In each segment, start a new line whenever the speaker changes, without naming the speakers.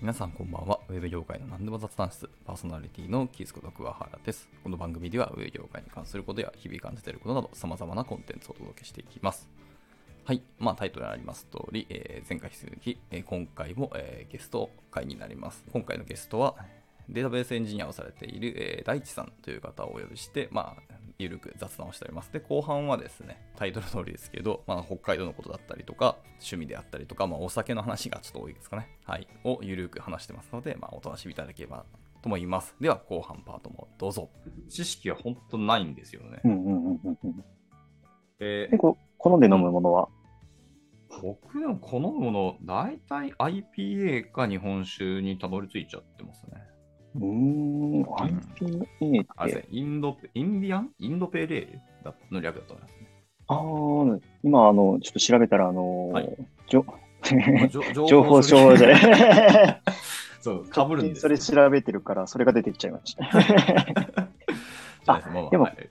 皆さんこんばんは。ウェブ業界の何でも雑談室、パーソナリティのキースこと桑原です。この番組ではウェブ業界に関することや日々感じていることなど様々なコンテンツをお届けしていきます。はい。まあタイトルにあります通り、えー前回引き続き、えー今回も、えーゲスト会になります。今回のゲストはデータベースエンジニアをされている、えー大地さんという方をお呼びして、まあ、ゆるく雑談をしております。で、後半はですね、タイトル通りですけど、まあ、北海道のことだったりとか、趣味であったりとか、まあ、お酒の話がちょっと多いですかね。はい。をゆるく話してますので、まあ、お楽しみいただければと思います。では、後半パートもどうぞ。知識は本当ないんですよね
う。んうんうんうんうん。
え
結構、好んで飲むものは、
僕の好むもの、大体 IPA か日本酒にたどり着いちゃってますね。
うーん、IPA っ
あれ
て、
インド、インディアンインドペーレールだの略だと思いますね。
あー今、あの、ちょっと調べたら、あのー
はい
じょ
情
情報
処
症
理
じゃない。
そう、かぶるんです
そ
よ。
れ調べてるから、それが出てきちゃいました。
そうです
あ
まあまあ
でも
はい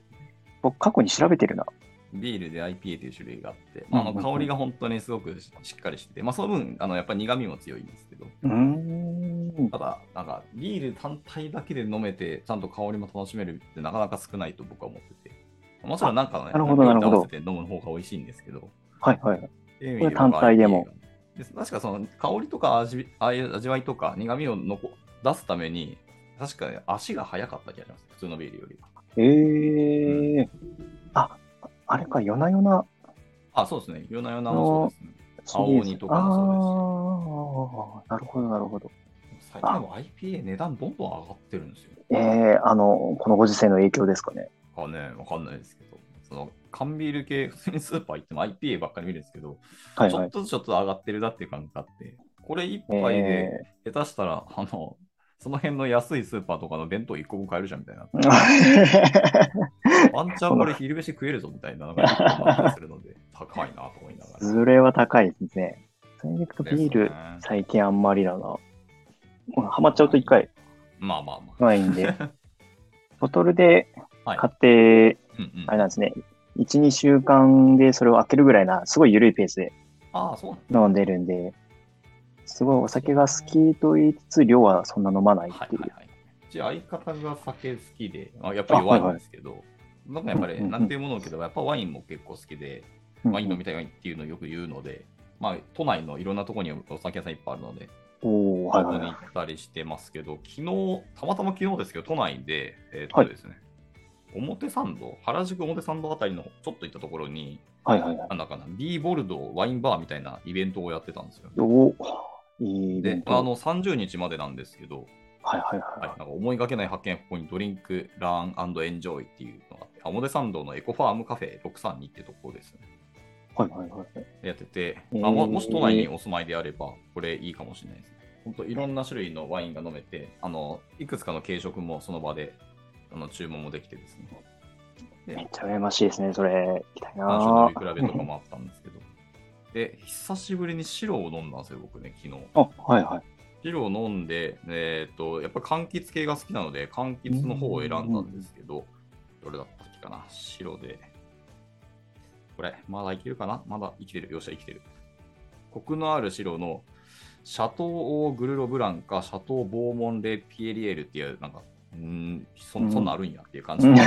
僕、過去に調べてるな。
ビールで IPA という種類があって、まあ、あ
うんうん
の
うん
香りが本当にすごくししっかりしてて、まあ、その分、あのやっぱり苦味も強いんですけど、
うーん。
ただ、なんかビール単体だけで飲めて、ちゃんと香りも楽しめるってなかなか少ないと僕は思ってて、もちろんなんかね、
なるほど
なんか合
なる
わ
ほど
せて飲む方が美味しいんですけど、
はいはい。
っていう意味
これ
は
単体でも。
で確かその香りとか味あ味わいとか苦味を残出すために、確か足が速かった気がします、普通のビールよりは。
えー。あ、あれか、夜な夜な
あ、そうですね。夜な夜なもそうですね。
シリーズ。
青鬼とかも
あーなるほど、なるほど。
最近でも IPA 値段どんどん上がってるんですよ。
えー、あの、このご時世の影響ですかね。
かね、わかんないですけど。その缶ビール系、 普通にスーパー行っても IPA ばっかり見るんですけど、
はい
ち
は
ょっ
い。
とずつちょっと上がってるなっていう感覚があって、これ一
え
杯で、下手したら、あの、その辺の安いスーパーとかの弁当1個分買えるじゃんみたいな。
ー
ワンチャンこれ昼飯食えるぞみたいなのが結構あったりするの で、高いなと思いながら。
ズレは高いですね。それでいくとビー
で
ル
す、ね
最近あんまりだな。もうハマっちゃうと一回、
まあまあまあ。
ワイン で。ボトルで
はい
買って、
うんうん
あれなんですね。1、2週間でそれを開けるぐらいな、すごい緩いペースで
ああ、そうなん
飲んでるんで、すごいお酒が好きと言いつつ、量はそんな飲まない
は
っ
い
てい
は
う
い。はい。うち相方が酒好きで、あやっぱりワインですけど、なんかやっぱ
うんう
り、
んうん
なんていうものをけど、やっぱワインも結構好きで、
うん
ワイン飲みたいっていうのをよく言うので、まあ、都内のいろんなところにお酒屋さんいっぱいあるので、
おー、はい
そこ
はい
に
は
行
い。
ったりしてますけど、昨日、たまたま昨日ですけど、都内で、えーっと
はい
ですね、表参道、原宿表参道あたりのちょっと行ったところに、
はいはいはい。
なんだかな、ビーボルドーワインバーみたいなイベントをやってたんですよ。
おー、いい
で
ね、。
あ
はい
の30日までなんですけど、
はいは
は
い
い、な
は
んか思いがけない発見はここにドリンク、ランエンジョイっていうのがあって、表参道のエコファームカフェ632ってとこですね。
い。はいはいはい。
やってて、
えー
あももし都内にお住まいであれば、これいいかもしれないですね。本当いろんな種類のワインが飲めて、あのいくつかの軽食もその場であの注文もできてですね。
めっちゃ羨ましいですね、それ。行きたい
単種
な
の見比べとかもあったんですけど。で、久しぶりに白を飲んだんですよ、僕ね、昨日。
あ、はいはい。
白を飲んで、えー、とやっぱ柑橘系が好きなので柑橘の方を選んだんですけど、どれだったっけかな白でこれまだ生きるかなまだ生きてるよっしゃ生きてるコクのある白のシャトー・オー・グルロ・ブランかシャトー・ボーモン・レ・ピエリエルっていうなんかうーんそ
うん
そんなんあるんやっていう感じ、
うん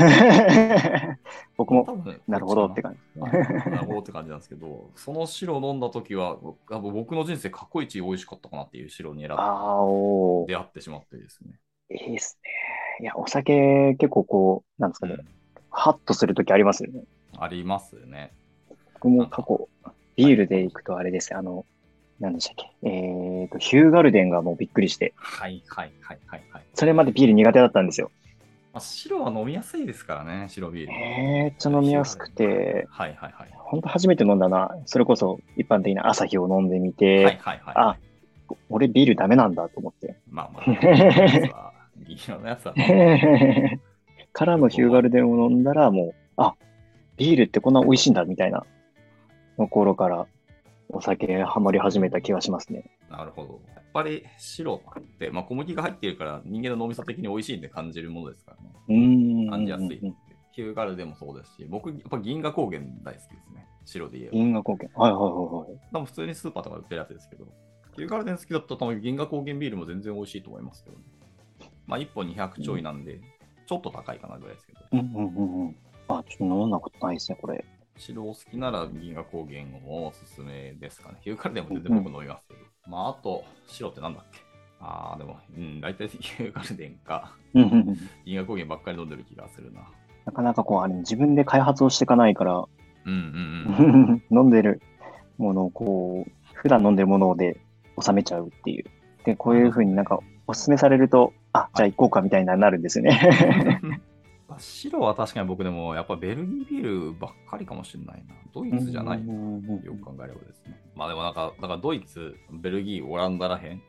僕
多
も、
分
なるほど って感じ。
はいなるほどって感じなんですけど、その白を飲んだ時は、やっぱ僕の人生過去一美味しかったかなっていう白に選ん
あ
で
あ、おー
出会ってしまってですね。
いいですね。いや、お酒、結構こう、なんですかね、ハッとするときありますよね。
ありますね。
僕も過去、ビールで行くとあれですね、あの、なんでしたっけ、えっと、ヒューガルデンがもうびっくりして、
はいはいはいはいはい。
それまでビール苦手だったんですよ。
まあ、白は飲みやすいですからね、白ビール。
めっちゃ飲みやすくて、
はいはいはい。
ほんと初めて飲んだな、それこそ一般的な朝日を飲んでみ
はい
て、
はいはい。
あ俺ビールダメなんだと思って。
まあまあ、銀のやつは、銀色のやつ は、
からのヒューガルデンを飲んだら、もう、あビールってこんな美味しいんだみたいなの頃から、お酒ハマり始めた気がしますね。
なるほど。やっぱり白って、まあ、小麦が入っているから、人間の脳みそ的に美味しいんで感じるものですからね。
うーん。
感じやすい。ヒューガルでもそうですし、僕、やっぱ銀河高原大好きですね。白で言えば。
銀河貢献。はいはいはいはい。
でも普通にスーパーとかで売ってるやつですけど、ヒューガルデン好きだったら多分銀河高原ビールも全然美味しいと思いますけどね。まあ1本200ちょいなんで、ちょっと高いかなぐらいですけど。
うんうんうんうん。あ、ちょっと飲んだことないですね、これ。
白お好きなら銀河高原をおすすめですかね。ヒューガルデンも全然僕飲みますけど。まああと、白ってなんだっけああ、でも、うん、大体ヒューガルデンか
うんうんうん
銀河高原ばっかり飲んでる気がするな。
なかなかこう、あれ、自分で開発をしていかないから、
うんうん うん。
飲んでるものをこう、普段飲んでるもので収めちゃうっていう。で、こういうふうになんか、おすすめされると、あ、じゃあ行こうかみたいになるんですよね。
白は確かに僕でも、やっぱベルギービールばっかりかもしれないな。ドイツじゃないな。
うんうんうん
よく考えればですね。まあでもなんか、だからドイツ、ベルギー、オランダらへん、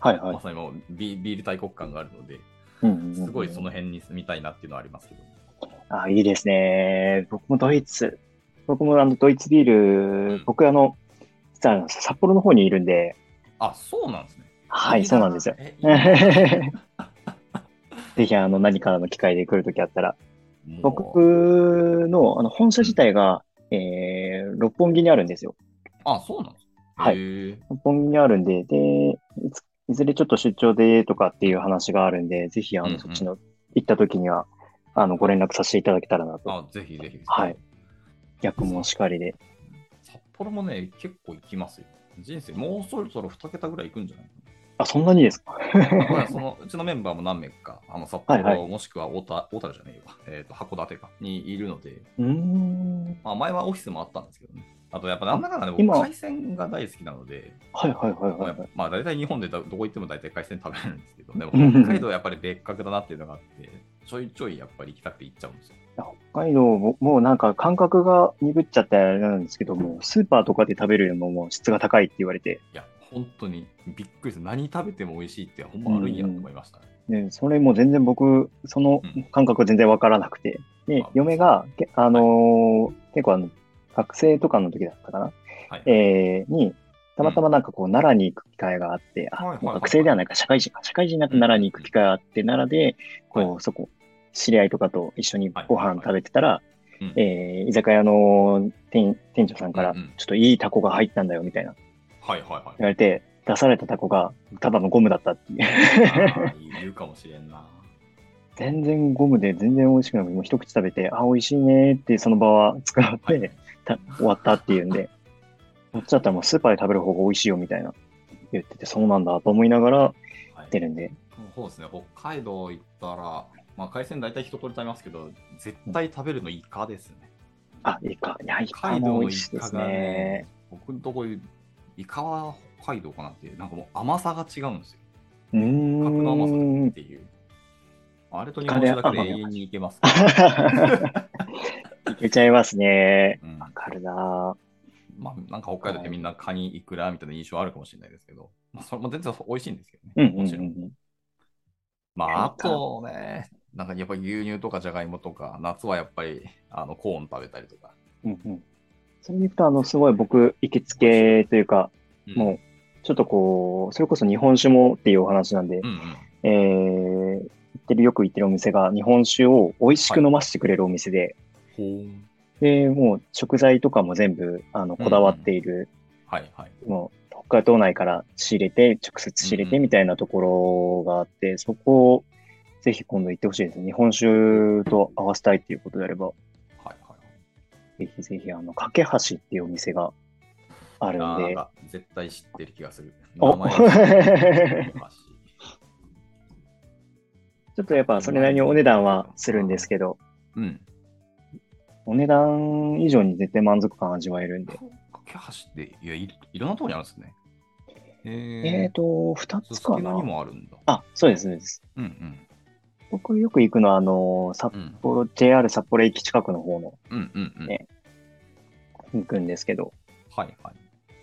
はいはい
ま。さにもうビビール大国感があるので、す
す
ごいその辺に住みたいなっていうのはありますけど。
あ、いいですね。僕もドイツ。僕もあのドイツビール、僕あの、実はあの札幌の方にいるんで、
あ、そうなんですね。
はい、そうなんですよ。
え。いいな
ぜひあの何かの機会で来るときあったら。
もう
僕のあの本社自体が、えー、六本木にあるんですよ。
あ、そうなんですね。
はい
へえ
六本木にあるんで、で、いついずれちょっと出張でとかっていう話があるんで、ぜひあ
うんう
の
ん
そっちの行ったときには、あのご連絡させていただけたらなと。
あ、ぜひぜひ。
はい。逆もしかりで。
札幌もね、結構行きますよ。人生、もうそろそろ2桁ぐらい行くん じゃないかな
あ、そんなにですか
まあこれはそのうちのメンバーも何名か、あの札幌、
はい
もしくは大田大田じゃねえわ、えーと函館かにいるので、
うーん。
まあ、前はオフィスもあったんですけどね。あとやっぱなんだかんだで僕
今
海鮮が大好きなので、
はいはいはい
まあ
は
や
い
っ
は
ぱ
い。
まあ大体日本でどどこ行っても大体海鮮食べれるんですけど、でも
うん
北海道はやっぱり別格だなっていうのがあって、ちょいちょいやっぱり行きたくて行っちゃうんですよ。
北海道も、もうなんか感覚が鈍っちゃってあれなんですけども、スーパーとかで食べるよりももう質が高いって言われて、
いや、本当にびっくりする。何食べても美味しいって、ほんまあるんやと思いましたね。
ね、それも全然僕、その
うん
感覚全然わからなくて、で
あ、
嫁が、けあのー結構あの、学生とかの時だったかな、
はい。
えーに、たまたまなんかこう、奈良に行く機会があって、
は
あ、
いはいはい
もう学生ではないか、社会人か、社会人になって奈良に行く機会があって、奈良で、こう、
は
そこ、知り合いとかと一緒に
はい
ご飯食べてたら、
うん
えー居酒屋の店店長さんから、
うん
ちょ
うん
っといいタコが入ったんだよ、みたいな
はいはい
言われて、出されたタコが、ただのゴムだったっ ていう。
はい。あー言うかもしれんな。
全然ゴムで全然美味しくなくて、もう一口食べて、あ、美味しいねってその場は使っ
は
て、
い
た 終わったっていうんで、こっちだったらもうスーパーで食べる方が美味しいよみたいな言ってて、そうなんだと思いながら
はい
出るんで、
そうですね、北海道行ったら、まあ、海鮮大体一通り食べますけど、絶対食べるのイカですね。
あ、イカ、いや、イ
北
カ
海道
も
の
美
イ
味しいで
カ
す
がね
ね。、
僕のとこイカは北海道かなっていう、なんかもう甘さが違うんですよ。
うー
格の甘さっ
ん。
ていう。あれと日本酒だけで永遠にいけます、
いけちゃいますね。
うん
わかるな
まあ、なんか北海道ってみんなカニ、イクラみたいな印象あるかもしれないですけど、まあ、それも全然美味しいんですけどね。
うん
も
うんうん
ち
う
ろん
ん。
ま
いや
あ、あとね、なんかやっぱり牛乳とかじゃがいもとか、夏はやっぱりあのコーン食べたりとか。
うんうんそれに行くと、あの、すごい僕、行きつけというか、
うん
もう、ちょっとこう、それこそ日本酒もっていうお話なんで、
うんうん。
えー行ってる、よく行ってるお店が、日本酒を美味しく飲ませてくれるお店で、
ほー
で、もう食材とかも全部、あの、こだわっている、
はいはい。
もう、北海道内から仕入れて、直接仕入れ
うん
て
うん
みたいなところがあって、そこを、ぜひ今度行ってほしいですね。日本酒と合わせたいっていうことであれば、
はいはい
ぜひぜひ、あの、架け橋っていうお店がある
はい。あ
ん
ーなん
で、
か絶対知ってる気がする。
お
名前は知って るし
ちょっとやっぱそれなりにお値段はするんですけど、
うん。
お値段以上に絶対満足感味わえるんで。
架け橋って、いやい、いろんなとこにあるんですね。
え
え
ーと、二
ー、
つ
す
か
きの
な
に。もあるんだ。
あ、そうです、そうです。
うんうん。
僕よく行くのは、あの、札
うん
幌、JR 札幌駅近くの方の
うんうんうん。
ね行くんですけど、
はいはい。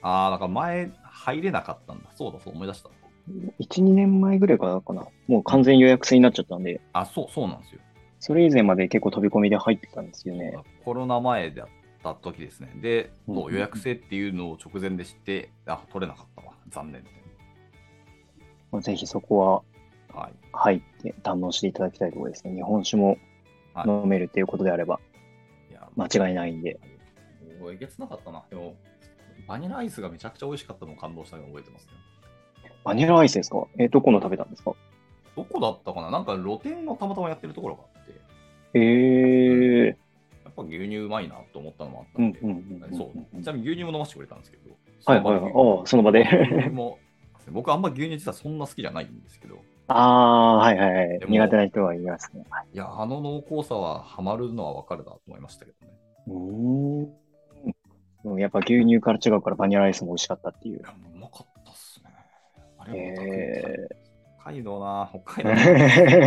ああ、だから前入れなかったんだ。そうだ、そう思い出した。
1、2年前ぐらいからかな。もう完全予約制になっちゃったんで、
あ、そう、そうなんですよ。
それ以前まで結構飛び込みで入ってたんですよね。
コロナ前だった時ですね。で、
うんうん
そう予約制っていうのを直前で知って、あ、取れなかったわ。残念。
ぜひそこ
はい。
は入って堪能していただきたいところですね。日本酒も
はい
飲めるっていうことであれば
いや
間違いないんで。
もうえげつなかったな。でも、バニラアイスがめちゃくちゃ美味しかったのを感動したのを覚えてますね。
バニラアイスですかえ、どこの食べたんですか
どこだったかななんか露店がたまたまやってるところがあって、
えー、
やっぱ牛乳うまいなと思ったのもあった
うんん
で、
うんうんうん。
そう、ちなみに牛乳も飲ませてくれたんですけど、
はいはいはい。ああ、その場
牛乳
で。
も僕あんま牛乳実はそんな好きじゃないんですけど、い
ああ、はいはいはい
で。も
苦手な人はいますね。はい
や、あの濃厚さはハマるのはわかるなと思いましたけどね。
うーん。でもやっぱ牛乳から違うからバニラアイスも美味しかったっていう
い。や、もううまかったっすね。あれはまた食い
え
たい北海道な、北海道な。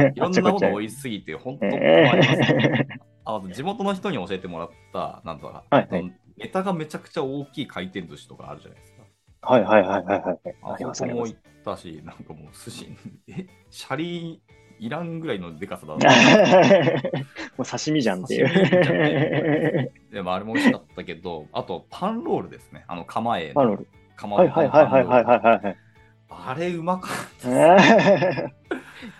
い
ー、
ろんなもの美味しすぎて、本当に困りますね。ああと地元の人に教えてもらった、なんとか、
はいはい
あのネタがめちゃくちゃ大きい回転寿司とかあるじゃないですか。
はいはいはいはいはい。あり
あ
ま
そ
すあ
こ
り
も
ま
行
す。
ったし、なんかもう寿司、え、シャリいらんぐらいのでかさ だ
もう刺身じゃんってい
刺身じゃんって
う。
でもあれも美味しかったけど、あとパンロールですね。あの構え
パンロ
の
ール。
釜
はいはいはいはいはい
い。
は
あれうまかった
い は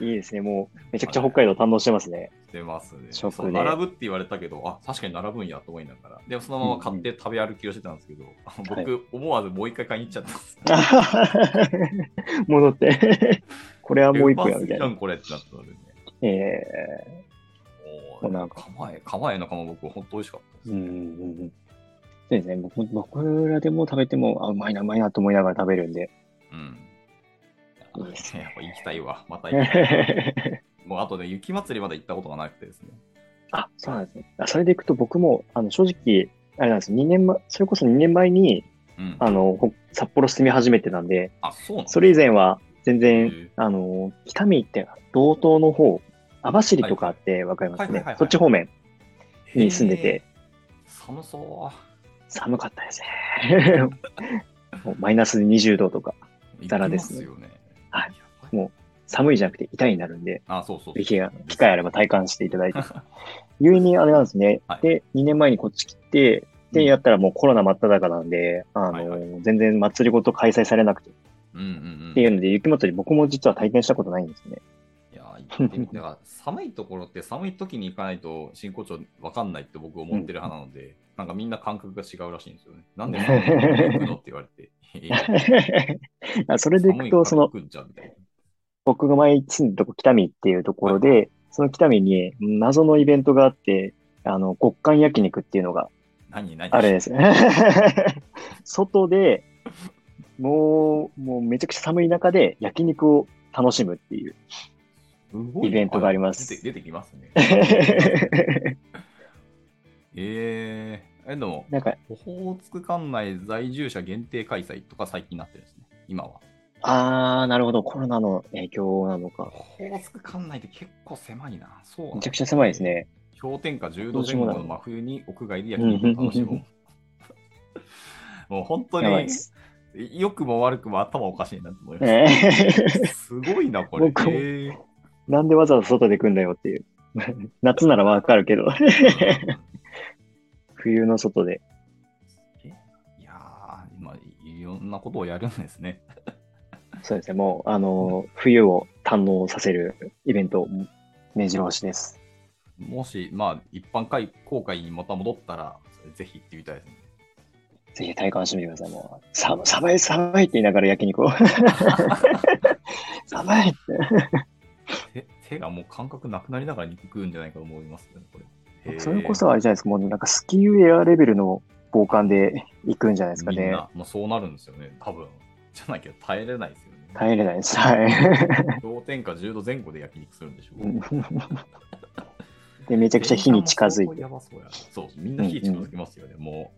い。いいですね。もうめちゃくちゃ北海道堪能してますね。
してますね。
食ね
そう並ぶって言われたけど、あ、確かに並ぶんやと思いながら。でもそのまま買って食べ歩きをしてたんですけど、あの
はい
僕、思わずもう一回買いに行っちゃったんです。
戻って。これはもう一個
え
や
うま
み
す
た
ぎ
い
じゃ
な。
ん、これってなったのでね。
ええ
もう
なんか
構え、構えの釜僕、本当美味しかったです。
うんうんうん。そうですね。僕僕らでも食べても、あ、うまいな、うまいなと思いながら食べるんで。
うん。
いいです ね
やっぱ行きたいわ。また行きたい。
あ、
もうあとね、雪祭りまで行ったことがなくてですね。
そうなんですね。あそれでいくと僕も、あの、正直、あれなんです。2年前、それこそ2年前に、
うん。
あの、ほ札幌住み始めてなんで、
あ、そうなんだ
それ以前は全然、
へえ
あの、北見って、道東の方、網走とかあってわかります
はいはい
ね
はいはい。
そっち方面に住んでて、
寒そ
寒かったですね。 もうマイナス20度とか、
う。
だらですね
行きますよね。
はい
やばい。
も寒いじゃなくて痛いになるんで、
あ、そうそう
ぜひ機会あれば体感していただいて。 ゆえにあれなんですね。
はい
で、2年前にこっち来て、で、や
っ
ったらもうコロナ真っ只中なんで、あの、
はいは
全然祭りごと開催されなくてっ
うんうんうん。
ていうので、雪祭り僕も実は体験したことないんですね。
いやー、行ってみてだから寒いところって寒い時に行かないと進行調わかんないって僕思ってる派なの で、なんかみんな感覚が違うらしいんですよね。なんでみんな行くのって言われて。いや
あそれでいくと、その
寒いから行、くんじゃんみたいな
僕が前住んでたとこ、北見っていうところで、その北見に謎のイベントがあって、あの、極寒焼肉っていうのが
何何
あれです。 外で、もう、もうめちゃくちゃ寒い中で焼肉を楽しむっていう。
イ
イベントがあります
出て出てきますね。えー、え、でも、
なんか、
オホーツク管内在住者限定開催とか最近なってるんですね、今は。
あー、なるほど。コロナの影響なの
オ
か。
ホーツク管内って結構狭いな。そうなんだ
めちゃくちゃ狭いです。ね。
氷点下10度前後の真冬に屋外で焼肉を楽し
うんう
む
ん。
もう本当
やばい
に
です。
良くも悪くも頭おかしいなと思いま
え
す。
ー
すごいな、これ。
僕も
えー
なんでわざわざ外で来んだよっていう。 夏ならわかるけど、 冬の外で。
いやー、今、いろんなことをやるんですね。
そうですね。もう、あの、冬を堪能させるイベント、目白押しです。
もし、まあ、一般会公開にまた戻ったら、ぜひ行ってみたいですね。
ぜひ体感してみてください。もう、寒い、寒い、寒いって言いながら焼肉を。 寒いって。
手手がもう感覚なくなりながら肉食うんじゃないかと思いますね、これ。へー
それこそあれじゃないですか。もうなんかスキーウェアレベルの防寒で行くんじゃないですか
みん
ね。
な、まあ、そうなるんですよね、多分じゃなきゃ耐えれないですよね。
耐えれないです。はい。
氷点下10度前後で焼肉するんで しょう。
で、めちゃくちゃ火に近づい
て。やばそうやなそう、みんな火近づきますよね、も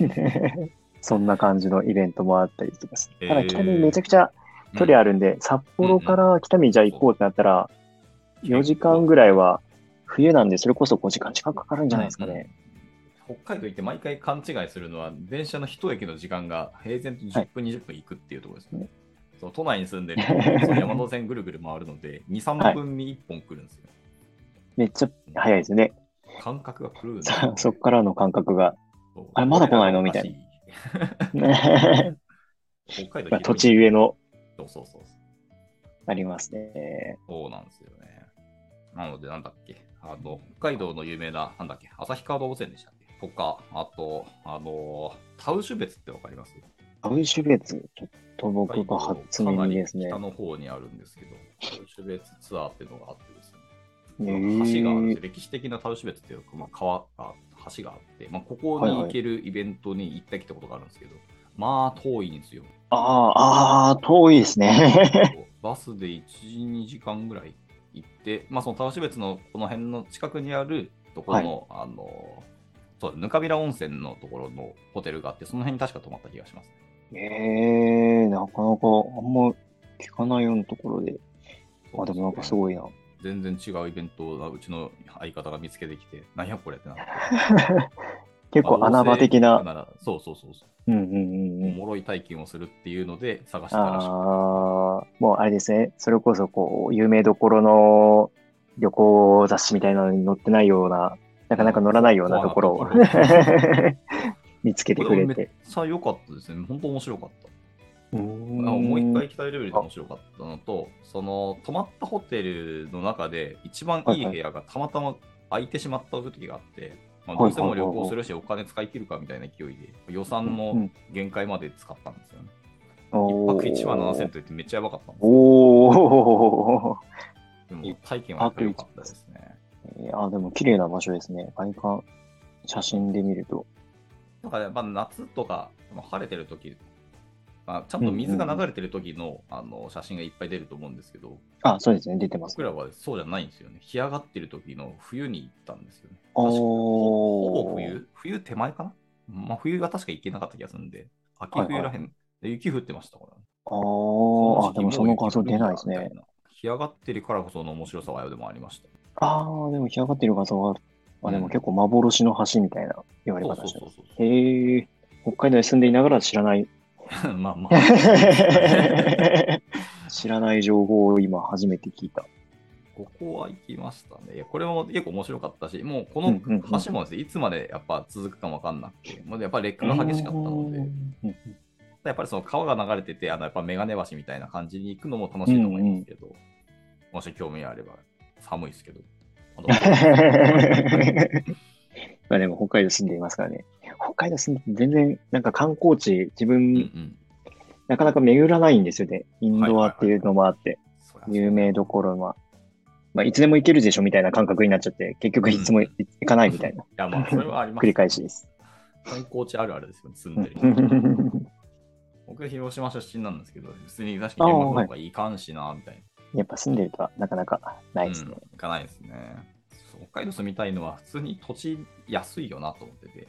う。
て、 そんな感じのイベントもあったりとかす
えー
ただ北見めちゃくちゃ距離あるんで、札幌から北見じゃあ行こうってなったら、4時間ぐらいは冬なんで、それこそ5時間近くかかるんじゃないですかね。
うん。北海道行って毎回勘違いするのは、電車の一駅の時間が平然と10分、20分行くっていうところですね。そう都内に住んでる と、その山手線ぐるぐる回るので、2、3分に1本来るんですよ。
めっちゃ早いですね。
感覚が狂うんです
さ
よ
そっからの感覚が。
そう
あれまだ来ないのみたいな。
北海道
まあ土地上の
そうそうそうそう。
ありますね。
そうなんですよね。なので、なんだっけ、あの、北海道の有名な、なんだっけ、旭川動物園でしたっけとか、あと、あのータウシュベツってわかります
アウシュベーツ、ちょっと僕が初耳ですね。
か
え
なり北の方にあるんですけど、タウシュベーツツアーっていうのがあってですね、橋があるんです
ー
よ歴史的なタウシュベツっていうか、まあ、川が橋があって、まあ、ここに行けるイベントに行ってきたことがあるんですけど、まあ遠いんですよ。
あーあー、遠いですね。
バスで1、2時間ぐらい行って、まあ、そのタウシュベツのこの辺の近くにあるところの、あのそうぬかびら温泉のところのホテルがあって、その辺に確か泊まった気がします。
ええなかなかあんま聞かないようなところで。あ、でもなんかすごいな。
全然違うイベントがうちの相方が見つけてきて、何やこれってなって。
結構
まあ
穴場的。
どうせ行く
な。
らそうそうそうそう。
うんうんうんう
お
ん。
もろい体験をするっていうので探したらしく
ああ、もうあれですね。それこそこう、有名どころの旅行雑誌みたいなのに載ってないような、なかなか載らないようなところを
そうなんで
見つけて
こ
く
れ
れ。
めってちゃ良かったですね。本当面白かった。
うー
あ
ん
もう一回行きたいレベルで面白かったのと、その泊まったホテルの中で一番いい部屋がたまたま空いてしまった時があって、まあ、どうせも旅行するしお金使い切るかみたいな勢いで予算
うんう
の
ん
限界まで使ったんですよね。一
お
泊
ー
1万7000と言ってめっちゃやばかったんですよ
おお。
でも体験はやっぱり良かったですね。
いや、でも綺麗な場所ですね。外観、写真で見ると。
だから、まあ、夏とか、まあ晴れてる時、まあ、ちゃんと水が流れてる時の、あの写真がいっぱい出ると思うんですけど、
あ、そうですね。出てます
僕。らはそうじゃないんですよね。干上がってる時の冬に行ったんですよね。
おー
確かほほぼ冬冬手前かなまあ冬は確か行けなかった気がするんで、秋冬らへん、で雪降ってましたから。
あーあ、でもその画像出ないです
み
ね
た。な。干上がってるからこその面白さはでもありました。
ああ、でも干上がってる画像がある。あ、で
う
も
ん
結構幻の橋みたいな言われ
そう
方
そう
して
そ
ま
う
す。
そう。
へえ、北海道に住んでいながら知 らない、
まあま あ。
知らない情報を今初めて聞いた。
ここは行きましたね。いや、これも結構面白かったし、もうこ
う
の
んうんうん
橋もですね、いつまでやっぱ続くかもわかんなくて、もうやっぱ劣化が激しかったので、
うん
やっぱりその川が流れてて、あのやっぱメガネ橋みたいな感じに行くのも楽しいと思いますけど、もし興味あれば、寒いですけど。 あの
まあでも北海道住んでいますからね。北海道住んで全然なんか観光地、自分、
うんうん
なかなか巡らないんですよね。インドアっていうのもあって、
そりゃ
有名どころは。まあ、いつでも行けるでしょみたいな感覚になっちゃって、結局いつも行かないみたいな、
いや、まあ、それはありま
繰
す
り。返しです。
観光地あるあるですよね、住んでる人。 僕、広島出身なんですけど、普通に確かに山の方がいかんしな、みたいな。
やっぱ住んでるとはなかなかないです
うん
ね。
行かないですね。そう北海道住みたいのは普通に土地安いよなと思ってて、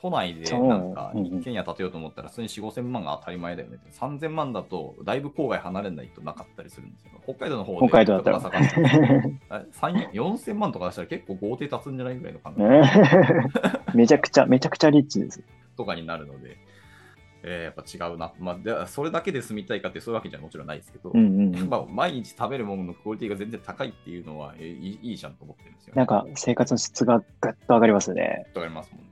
都内でなんか
そううんうん
一軒家建てようと思ったら普通に4、5千万が当たり前だよねって。3000万だとだいぶ郊外離れないとなかったりするんですよ。北海道の方で
北海道だったら
とか探してもあれ3 4000万とか出したら結構豪邸建つんじゃないぐらいの感覚
ね めちゃくちゃ、めちゃくちゃリッチです。
とかになるので、えーやっぱ違うな。まあで、それだけで住みたいかってそういうわけじゃもちろんないですけど、
うんうんうん
まあ、毎日食べるもののクオリティが全然高いっていうのはえーいいいいじゃんと思ってるんですよね、
なんか生活の質がガッと上がりますよね。
とかありますもんね。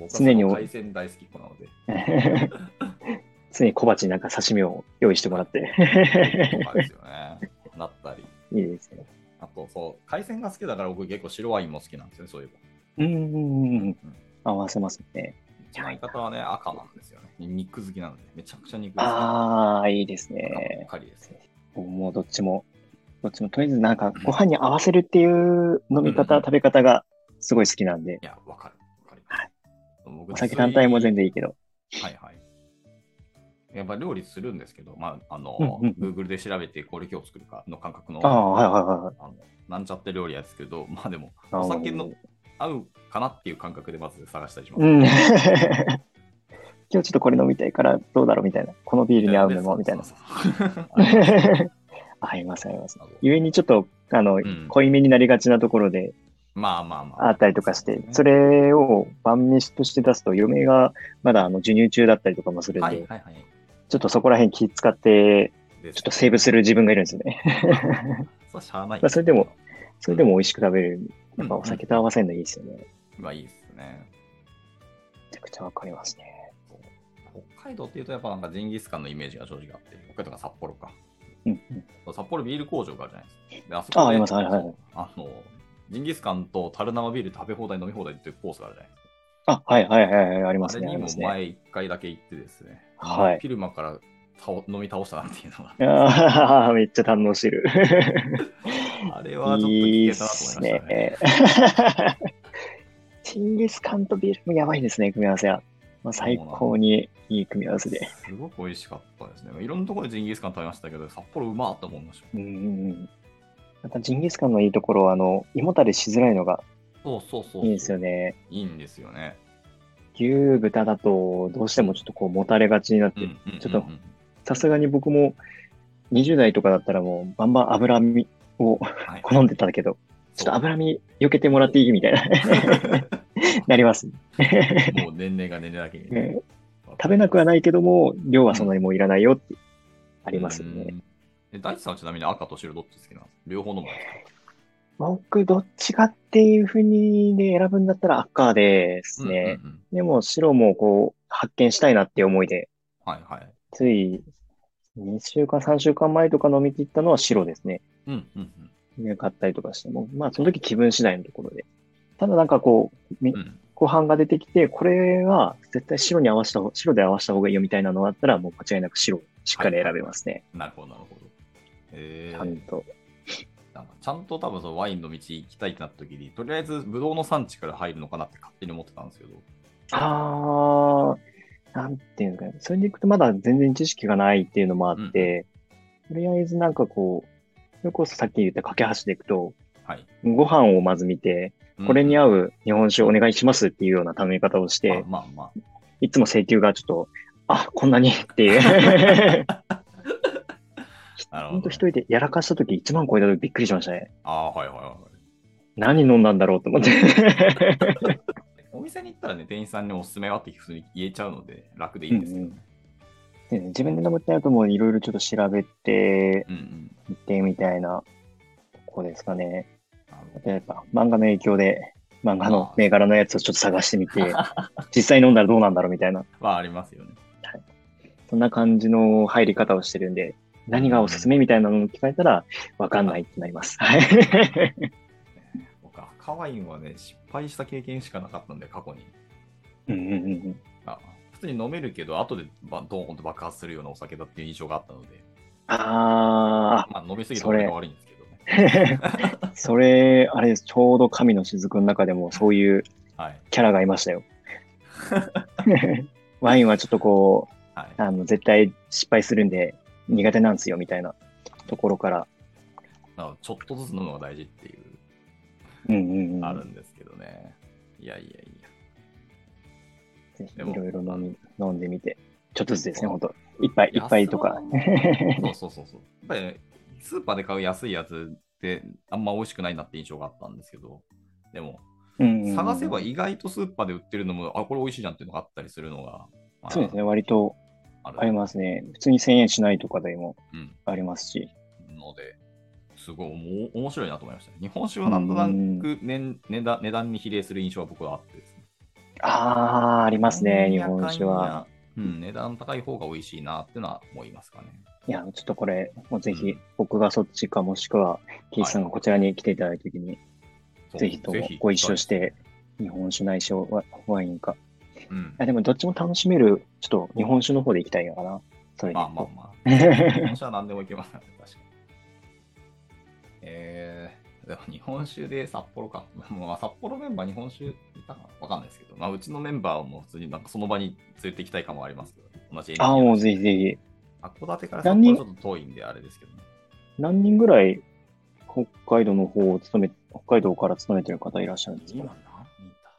そう僕は
常に
その海鮮大好きっ子なので、
常に小鉢になんか刺身を用意してもらって。
とかですよね。なったり。
いいですね。
あと、そう、海鮮が好きだから僕結構白ワインも好きなんですよね、そういえば。
うんうんうんうん。合わせますね。
うちの相方はね、赤なんですよね。肉好きなので、めちゃくちゃ肉好き。
ああ、いいです
赤ば
ね
っ。かりですね。
もうどっちも、どっちもとりあえずなんかご飯に合わせるっていう飲み方、
うん
食べ方がすごい好きなんで、
いや、わかる。わかります。僕
お酒単体も全然いいけど。
はいはい。やっぱ料理するんですけど、まあ、あの、
うんうん
Google で調べて、これ今日作るかの感覚の、
ああ、はいはいはい。
あのなんちゃって料理やですけど、 まあでも、
あの
お酒の合うかなっていう感覚でまず探したりします。
うん。今日ちょっとこれ飲みたいからどうだろうみたいな。このビールに合うのもみたいな。
そうそう そうあの
合います合います
あの。
故にちょっと、あの、
ん
濃いめになりがちなところで
まあまあまあ。
あったりとかして、そ
れ
れを晩飯として出すと、嫁がまだあの授乳中だったりとかもするんで、
はいはいはい。
ちょっとそこら辺気使って、
で
ちょっとセーブする自分がいるんですよね。
そうしゃあない。
まあそれでも、それでも美味しく食べれる。
うん
やっぱお酒と合わせるのいいですよね。
まあいいですね。
めちゃくちゃわかりますね。
そう北海道っていうと、やっぱなんかジンギスカンのイメージが正直あって、北海道が札幌か。
うんうん、
札幌ビール工場があるじゃないですか。であそ
あ
で
ありますはいはいはい
そうあの、ジンギスカンと樽生ビール食べ放題飲み放題っていうコースがあるじゃないですか。
あ、はいはいはいはい、ありま
あ
す
れ
ね、あ
に
り
も
ますね。
前一回だけ行ってですね、
はい
昼間から倒飲み倒したなっていうの が、
あーめっちゃ堪能してる。
あれはちょっと聞け
いいった
なと思い
す
ましたね。
ね。 チンギスカンとビールもやばいですね、組み合わせは。まあ、最高にいい組み合わせで。
すごく美味しかったですね。いろんなところでジンギスカン食べましたけど、札幌うまーと思いました。
うんうんうん。またジンギスカンのいいところは、あの、胃もたれしづらいのが
そうそうそう。
いいんですよね。
いいんですよね。
牛豚だと、どうしてもちょっとこう、もたれがちになっ
うんう
て、
んうんうん
ちょっとさすがに僕も20代とかだったらもう、バンバン脂身を
はい
好んでたけど、ちょっと脂身避けてもらっていいみたいな、 なります。
もう年齢が年齢だけに、
ね食べなくはないいけども、量はそんなにもういらないよってあ
あ
りますよね。。
え大地さんはちなみに赤と白どっち好きなんですか両方飲むんです
僕、どっちかっていうふうにで選ぶんだったら赤です
か
ね。
うんうんうん
でも白もこう発見したいなっていう思いで、
はいはい。
つい2週間、3週間前とか飲み切ったのは白ですね。
うんうんうん
ね買ったりとかしても、まあその時気分次第のところで。ただなんかこう、み
うん
後半が出てきて、これは絶対白に合わせた方、白で合わせた方がいいよみたいなのがあったら、もう間違いなく白をしっかり選べますね。
なるほどなるほど。え
ち
ー
ゃんと。
なんかちゃんと多分そのワインの道行きたいってなった時に、とりあえずブドウの産地から入るのかなって勝手に思ってたんですけど、
ああ、なんていうのかな。それでいくとまだ全然知識がないっていうのもあって、とりあえずなんかこう、それこそさっき言った架け橋でいくと、
はい。
ご飯をまず見て、これに
合
合う日本酒お願いしますっていうような頼み方をして、
まあまあまあ。
いつも請求がちょっと、あ、こんなにっ ていう。
なるほ
ほんと
ど
一
ね、
人でやらかした時1万超えた時びっくりしましたね。
ああー、はいはいはい。
何飲んだんだろうと思って。
お店に行ったらね、店員さんにおすすめはって普通に言えちゃうので、楽でいいんですけどね。
で自分で飲むってなるともういろいろちょっと調べて
うんうん。
いってみたいなとこですかね。
なる
あ
ほ
とやっぱ漫画の影響で漫画の銘柄のやつをちょっと探してみ て
ど、
実際飲んだらどうなんだろうみたいな、
まあありますよね。
そんな感じの入り方をしてるんで、何がおすすめみたいなのを聞かれたらわかんないってなります。はい。
僕、赤ワインはね、失敗した経験しかなかったんで、過去に。
うんうんうんうん
あ普通に飲めるけど、後でばドーンと爆発するようなお酒だっていう印象があったので、
あ
まあ飲みすぎて
それ
俺が悪いんですけどね。
あ、それ、あれです。ちょうど神の雫の中でもそういう
はい。
キャラがいま したよ。ワインはちょっとこう、
はい。
あの絶対失敗するんで苦手なんですよみたいなところから。
なのでちょっとずつ飲むのが大事っていう、
うんうんうん。
あるんですけどね。いやいやいや。
ぜひ
で
い
も
ろいろ飲み飲んでみて。ちょっとずつですね、ほんと。一杯、一杯とか。
そ うそうそうそう。やっぱりね、スーパーで買う安いやつって、あんま美味しくないなって印象があったんですけど、でも、探せば
い。
意外とスーパーで売ってるのも、あ、これ美味しいじゃんっていうのがあったりするのが、まあ
そうですね、割と
ある
ありますね。普通に1000円しないとかでも
うん
ありますし。
ので、すごいおも面白いなと思いました、ね。日本酒はなんとなく年値段値段に比例する印象は僕はあってですね。
あー、ありますね、日
こんにゃ
本酒は。
かんにゃ。うん、値段高い方が美味しいなっていうのは思いますかね。
いや、ちょっとこれ、もうぜ
う
ひ
ん、
僕がそっちか、もしくは、キースさんがこちらに来ていただいたときに、
そう
ぜひともご一緒し。て、日本酒ないしワワインか。
うん
あでもどっちも楽しめる、ちょっと日本酒の方で行きたいのかな。それで
まあ
行
まあ
こ
まあ。
う。
日本酒は何でもいけますね、確かに。えー、でも日本酒で札幌か。まあ、札幌メンバー日本酒いたかなわかんないですけど、まあ、うちのメンバーも普通になんかその場に連れて行きたい感もありますけど、同じエリア
ああ、もうぜひぜひ。
函館から札
何人
幌ちょっと遠いんであれですけどね。
何人ぐらい北海道の方を務め、北海道から勤めてる方いらっしゃるんです
今
か
何人いた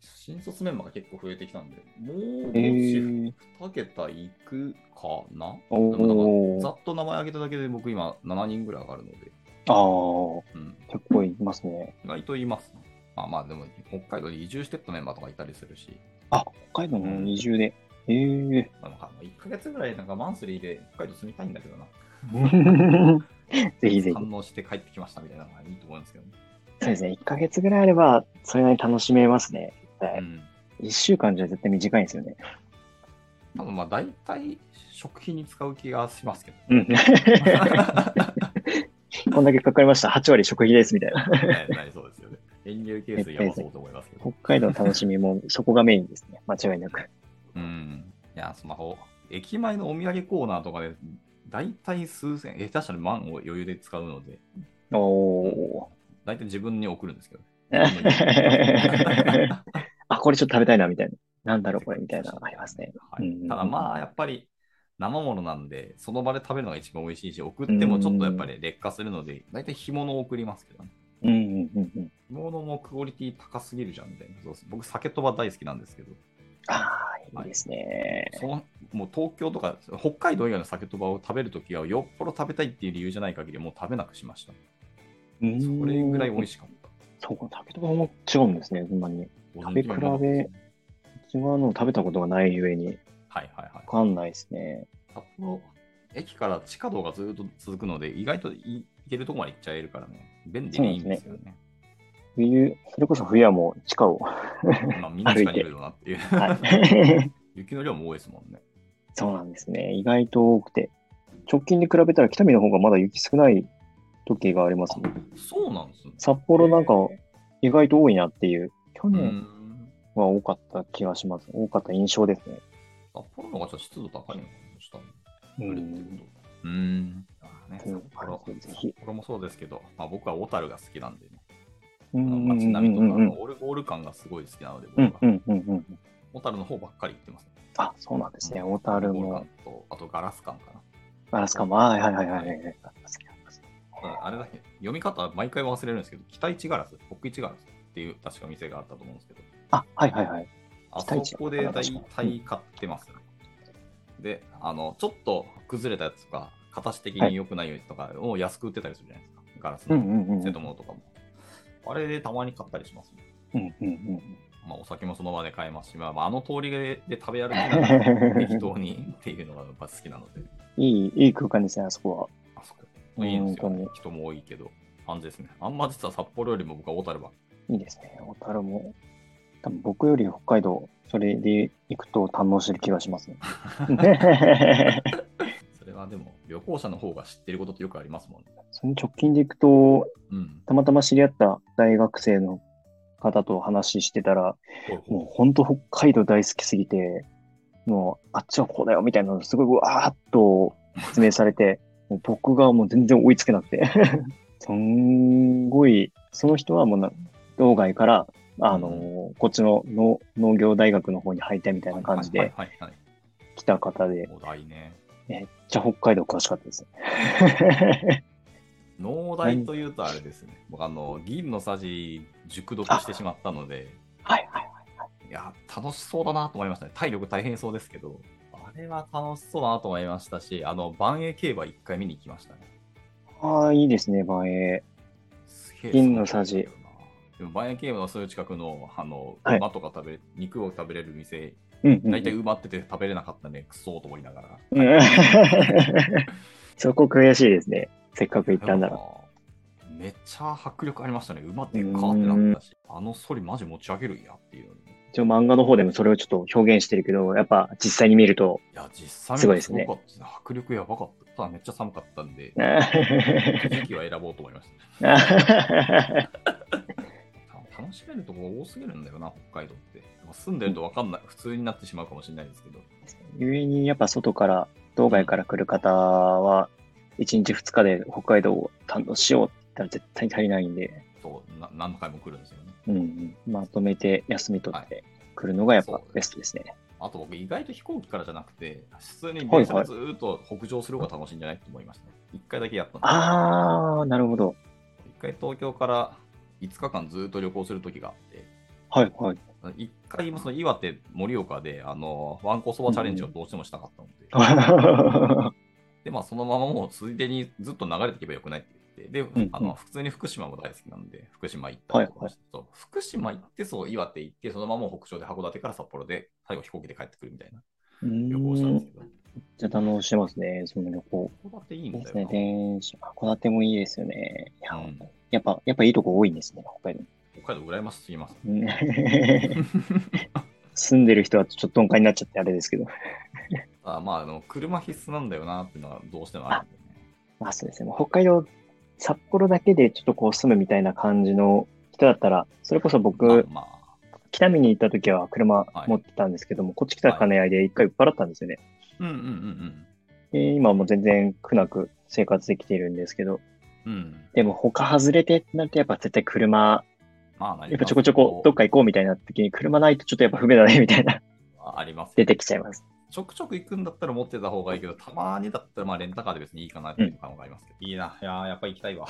新卒メンバーが結構増えてきたんで、もう
え
2
ー、
桁いくかな、
お
でもなんか
ー
ざっと名前挙げただけで僕今7人ぐらい上がるので、
ああ、
うん、
結構いますね。
意外と言います、ね。まあまあでも北海道に移住してったメンバーとかいたりするし、
あ、北海道の方二重で。ええ
なんか1ヶ月ぐらいなんかマンスリーで北海道住みたいんだけどな。
ー。ぜひぜひ。
反応して帰ってきましたみたいなのがいいと思うんですけどね。
そうですね。1ヶ月ぐらいあれば、それなりに楽しめますね。絶
う
対。
ん。
1週間じゃ絶対短いんですよね。
多分まあ大体食費に使う気がします けど。
うん。こんだけかかりました。8割食費です、みたいな。
ねなりそうですよね。園芸ケースやばそうと思いますけ
北
ど。
海道の楽しみもそこがメインですね。間違いなく。
うん。いや、スマホ。駅前のお土産コーナーとかで、だいたい数千、下手したら万を余裕で使うので、
お
だいたい自分に送るんですけど。
ー。あ、これちょっと食べたいな、みたいな。なんだろう、これ、みたいな、ありますね。
はい
うん
ただまあやっぱり生ものなんでその場で食べるのが一番美味しいし送ってもちょっとやっぱり劣化するので大体干物を送りますけどね
うんうんうんうん。
干物もクオリティ高すぎるじゃんみたいなそう僕酒とば大好きなんですけど
ああ、いいですね。
そのもう東京とか北海道以外の酒とばを食べるときはよっぽど食べたいっていう理由じゃない限りもう食べなくしましたそれぐらい美味
しい。
しかった
そうか、食べ方も違うんですね、ほんまに。食べ比べ、
はい
違うのを食べたことがないゆえに、
はいはい
わかんないですね。
札幌駅から地下道がずっと続くので意外とい行けるとこまで行っちゃえるからね便利でいいんですよね
冬、それこそ冬はもう地下 を。
まあ、みんなしかにいるよなっていう。
はい。
雪の量も多いですもんね。
そうなんですね。意外と多くて。直近で比べたら北見の方がまだ雪少ない時がありますね。
そうなんですね。
札幌なんか意外と多いなっていう。去
う
年
ん。
は多かった気がします。多かった印象ですね。
札幌の方がちょっと湿度高いのかな、した
う
降るっていうこと。うん。ね、
そう
札幌
ぜひ
札幌もそうですけど、まあ、僕は小樽が好きなんでね、
う
あの
んうんうん
街
うん
並みとか、あ
うん
のオルゴール感がすごい好きなので、
う
僕
ん
は
うんうんうん。
小樽の方ばっかり行ってます、ね。
あ、そうなんですね。小
オ
樽
ルゴール
も
感、と、あとガラス感かな。
ガラスカも、あはいはいはいはいはい。ありますあります
ああれだけ、読み方は毎回忘れるんですけど、北一ガラス、北一ガラスっていう確か店があったと思うんですけど、
あ、はいはいはい。
あ
期待値
そこで大
確かに
体買ってます、で、あの、ちょっと崩れたやつとか、形的に良くないやつとかを安く売ってたりするじゃないですか。ガラス
うん
の
うんうん。う
セッ
ん
トものとかも。あれでたまに買ったりします、ね。
うんうん。
まあ、お酒もその場で買えますし、まあ、まああの通りで食べ歩きながら適当に っていうのがやっぱ好きなので、
いい、いい空間ですね、あそこ
あそこ。いいんですよ、
本当に
人も多いけど、感じですね。あんま実は札幌よりも僕は小樽ばっか
は。いいですね、小樽も。多分僕より北海道、それで行くと堪能してる気がしますね。
それはでも、旅行者の方が知ってることってよくありますもんね。
その直近で行くと、
うん。
たまたま知り合った大学生の方と話してたら、もう本当北海道大好きすぎて、もうあっちはこうだよみたいなのすごいうわーっと説明されて、もう僕がもう全然追いつけなくて、すんごい、その人はもうな道外から、あのーこっちの農農業大学の方に入ったみたいな感じ
はい
で
はいはいはい
来た方で、
農大ね。
めっちゃ北海道詳しかったです。
農大というとあれですね。僕、あの、銀のさじ熟読してしまったので、
はいはい。
いや、楽しそうだなと思いましたね。体力大変そうですけど、あれは楽しそうだなと思いましたし、あの、万栄競馬一回見に行きましたね。
ああ、いいですね、万栄。
すげえ
銀のさじ。
でも、万栄競馬のそういう近くの、あの、
はい
馬とか食べれ、肉を食べれる店、
うんうんうん
大体埋まってて食べれなかったんで、クソーと思いながら。
うんそこ悔しいですね。せっかく行ったんだら。
めっちゃ迫力ありましたね。馬でかってなったし、あのソリマジ持ち上げるんやっていうのに。
一応漫画の方でもそれをちょっと表現してるけど、やっぱ実際に見ると、
いや、実際
すごいですね
かったですね。迫力やばかった。ただめっちゃ寒かったん で、時期は選ぼうと思いまし
う
た。楽しめるところ多すぎるんだよな、北海道って。まあ住んでると分かんない、普通になってしまうかもしれないですけど。
えにやっぱ外から、道外から来る方は、1日2日で北海道を堪能しようって言ったら絶対に足りないんで、
そうな何回も来るんですよね。
うんうん、まとめて休み取って来るのがやっぱベストですね。
あと僕、意外と飛行機からじゃなくて、普通に電車でずーっと北上する方が楽しいんじゃないと思いましたね。一回だけやったんで
あー、なるほど。
一回東京から5日間ずーっと旅行する時があって、
はいはい。
一回もその岩手、盛岡で、あの、ワンコそばチャレンジをどうしてもしたかったので、で、まあ、そのままもうついでにずっと流れていけばよくないって言って、で、
ん
あの、普通に福島も大好きなんで、福島行ったりとかもして、そう福島行って、そう、岩手行って、そのまま北上で函館から札幌で、最後飛行機で帰ってくるみたいな
う
旅行をしたん
ん
です
め
けど、
っちゃ堪能してますね、その旅行。
函館いい
いい
ん
で
だ
すね、
よな。
電車。函館もいいですよね。いや、
うん
やっぱ、やっぱいいとこ多いんですね、北海道。
北海道羨ましすぎます。
うん住んでる人はちょっと鈍感になっちゃってあれですけど。
あまあ、あの、車必須なんだよなっていうのはどうしてもあるんでね。
まあそうですね、北海道、札幌だけでちょっとこう住むみたいな感じの人だったら、それこそ僕、
まあ、ま
北見に行った時は車
はい
持ってたんですけども、こっち来た兼ね合いで一回売っ払ったんですよね。
あうんうんうん
で今はもう全然苦なく生活できているんですけど、
うん。うん。
でも他外れてってなるとやっぱ絶対車、
まあ、何か
やっぱちょこちょこどっか行こうみたいな時に車ないとちょっとやっぱ不便だねみたいな
ありますよ
出てきちゃいます。
ちょくちょく行くんだったら持ってた方がいいけど、たまにだったらまあレンタカーで別にいいかなっていう感がありますけど、いいな、いやーやっぱり行き たいわ。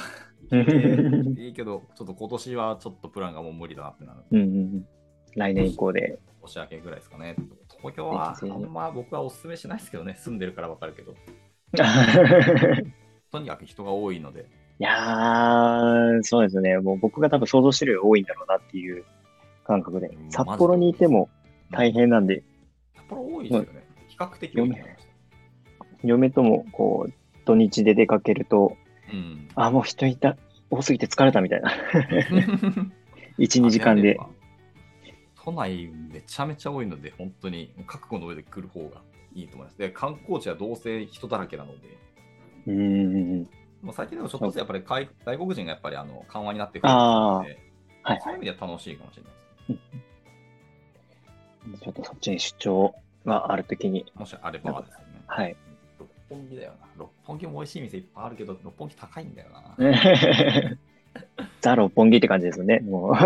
いいけど、ちょっと今年はちょっとプランがもう無理だなってなる。
うんうんうん。来年以降で。
年明けぐらいですかね。東京はあんま僕はおすすめしないですけどね、住んでるからわかるけど、
い
とにかく人が多いので、
やー、そうですね。もう僕が多分想像してるより多いんだろうなっていう感覚で
う。ん
札幌にいても大変なんで、
札幌多いですよね。比較的多いと思いまし
嫁ともこう、土日で出かけると、
た。うん。
あ、もう人いた、多すぎて疲れたみたいな。1、2時間で。。
都内めちゃめちゃ多いので、本当に覚悟の上で来る方がいいと思います。で、観光地はどうせ人だらけなので、
うんうんうん。
もう最近でもちょっとずつやっぱり外外国人がやっぱりあの緩和になってくるので、
あーはい
そういう意味では楽しいかもしれないですね。
ちょっとそっちに出張があるときに、
もしあればですよね。
はい。
六本木だよな。六本木も美味しい店いっぱいあるけど、六本木高いんだよな。
ザ・六本木って感じですよね。もう。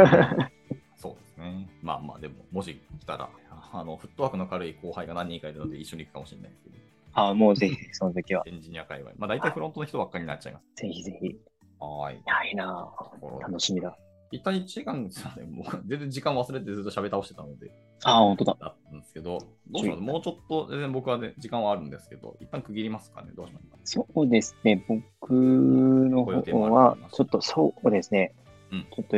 そうですね。まあまあ、でも、もし来たら、あのフットワークの軽い後輩が何人かいるので一緒に行くかもしれないですけど、
あ、もうぜひ、その時は。
エンジニア界隈。まあ大体フロントの人ばっかりになっちゃいます。
ぜひぜひ。い
はーい。
や、いいなぁ楽しみだ。
一旦1時間ですよね。もう全然時間忘れてずっと喋り倒してたので、
あ、本当だ。
だったんですけど、どうしますもうちょっと、全然僕はね、時間はあるんですけど、一旦区切りますかね。どうしますか
そうですね。僕の
ご予定もあ
方
ると思
はい
ま、す
ちょっとそうですね。
うん
ちょっと、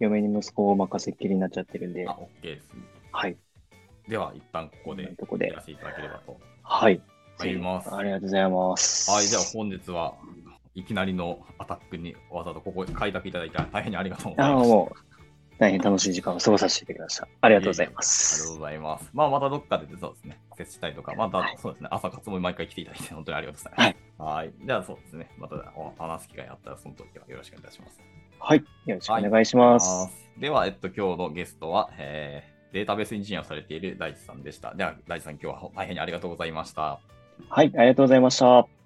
嫁に息子を任せっきりになっちゃってるんで、
あ、OK です。
はい。
では、一旦ここで
んなとこ
や
で
ら。せていただければと
はい。
思います。
あ
は
りがとうございます。
い、じゃあ本日はいきなりのアタックにわざわざここ開拓いただいて大変にありがとうござ
あ
い
の
ました。あ
もう、大変楽しい時間を過ごさせていただきました。ありがとうございま
りがとう
す。
ございます。まあ、またどっかでそうですね、接したりとか、またそうですね、朝活も毎回来ていただいて、本当にありがとうございます。はい。じゃあそうですね、またお話す機会あったら、その時はよろしくお願いいたします。
はい。よろしくお願いします。
では、えっと、今日のゲストは、えーデータベースエンジニアをされている大地さんでした。では、大地さん、今日は大変にありがとうございました。
はい。ありがとうございました。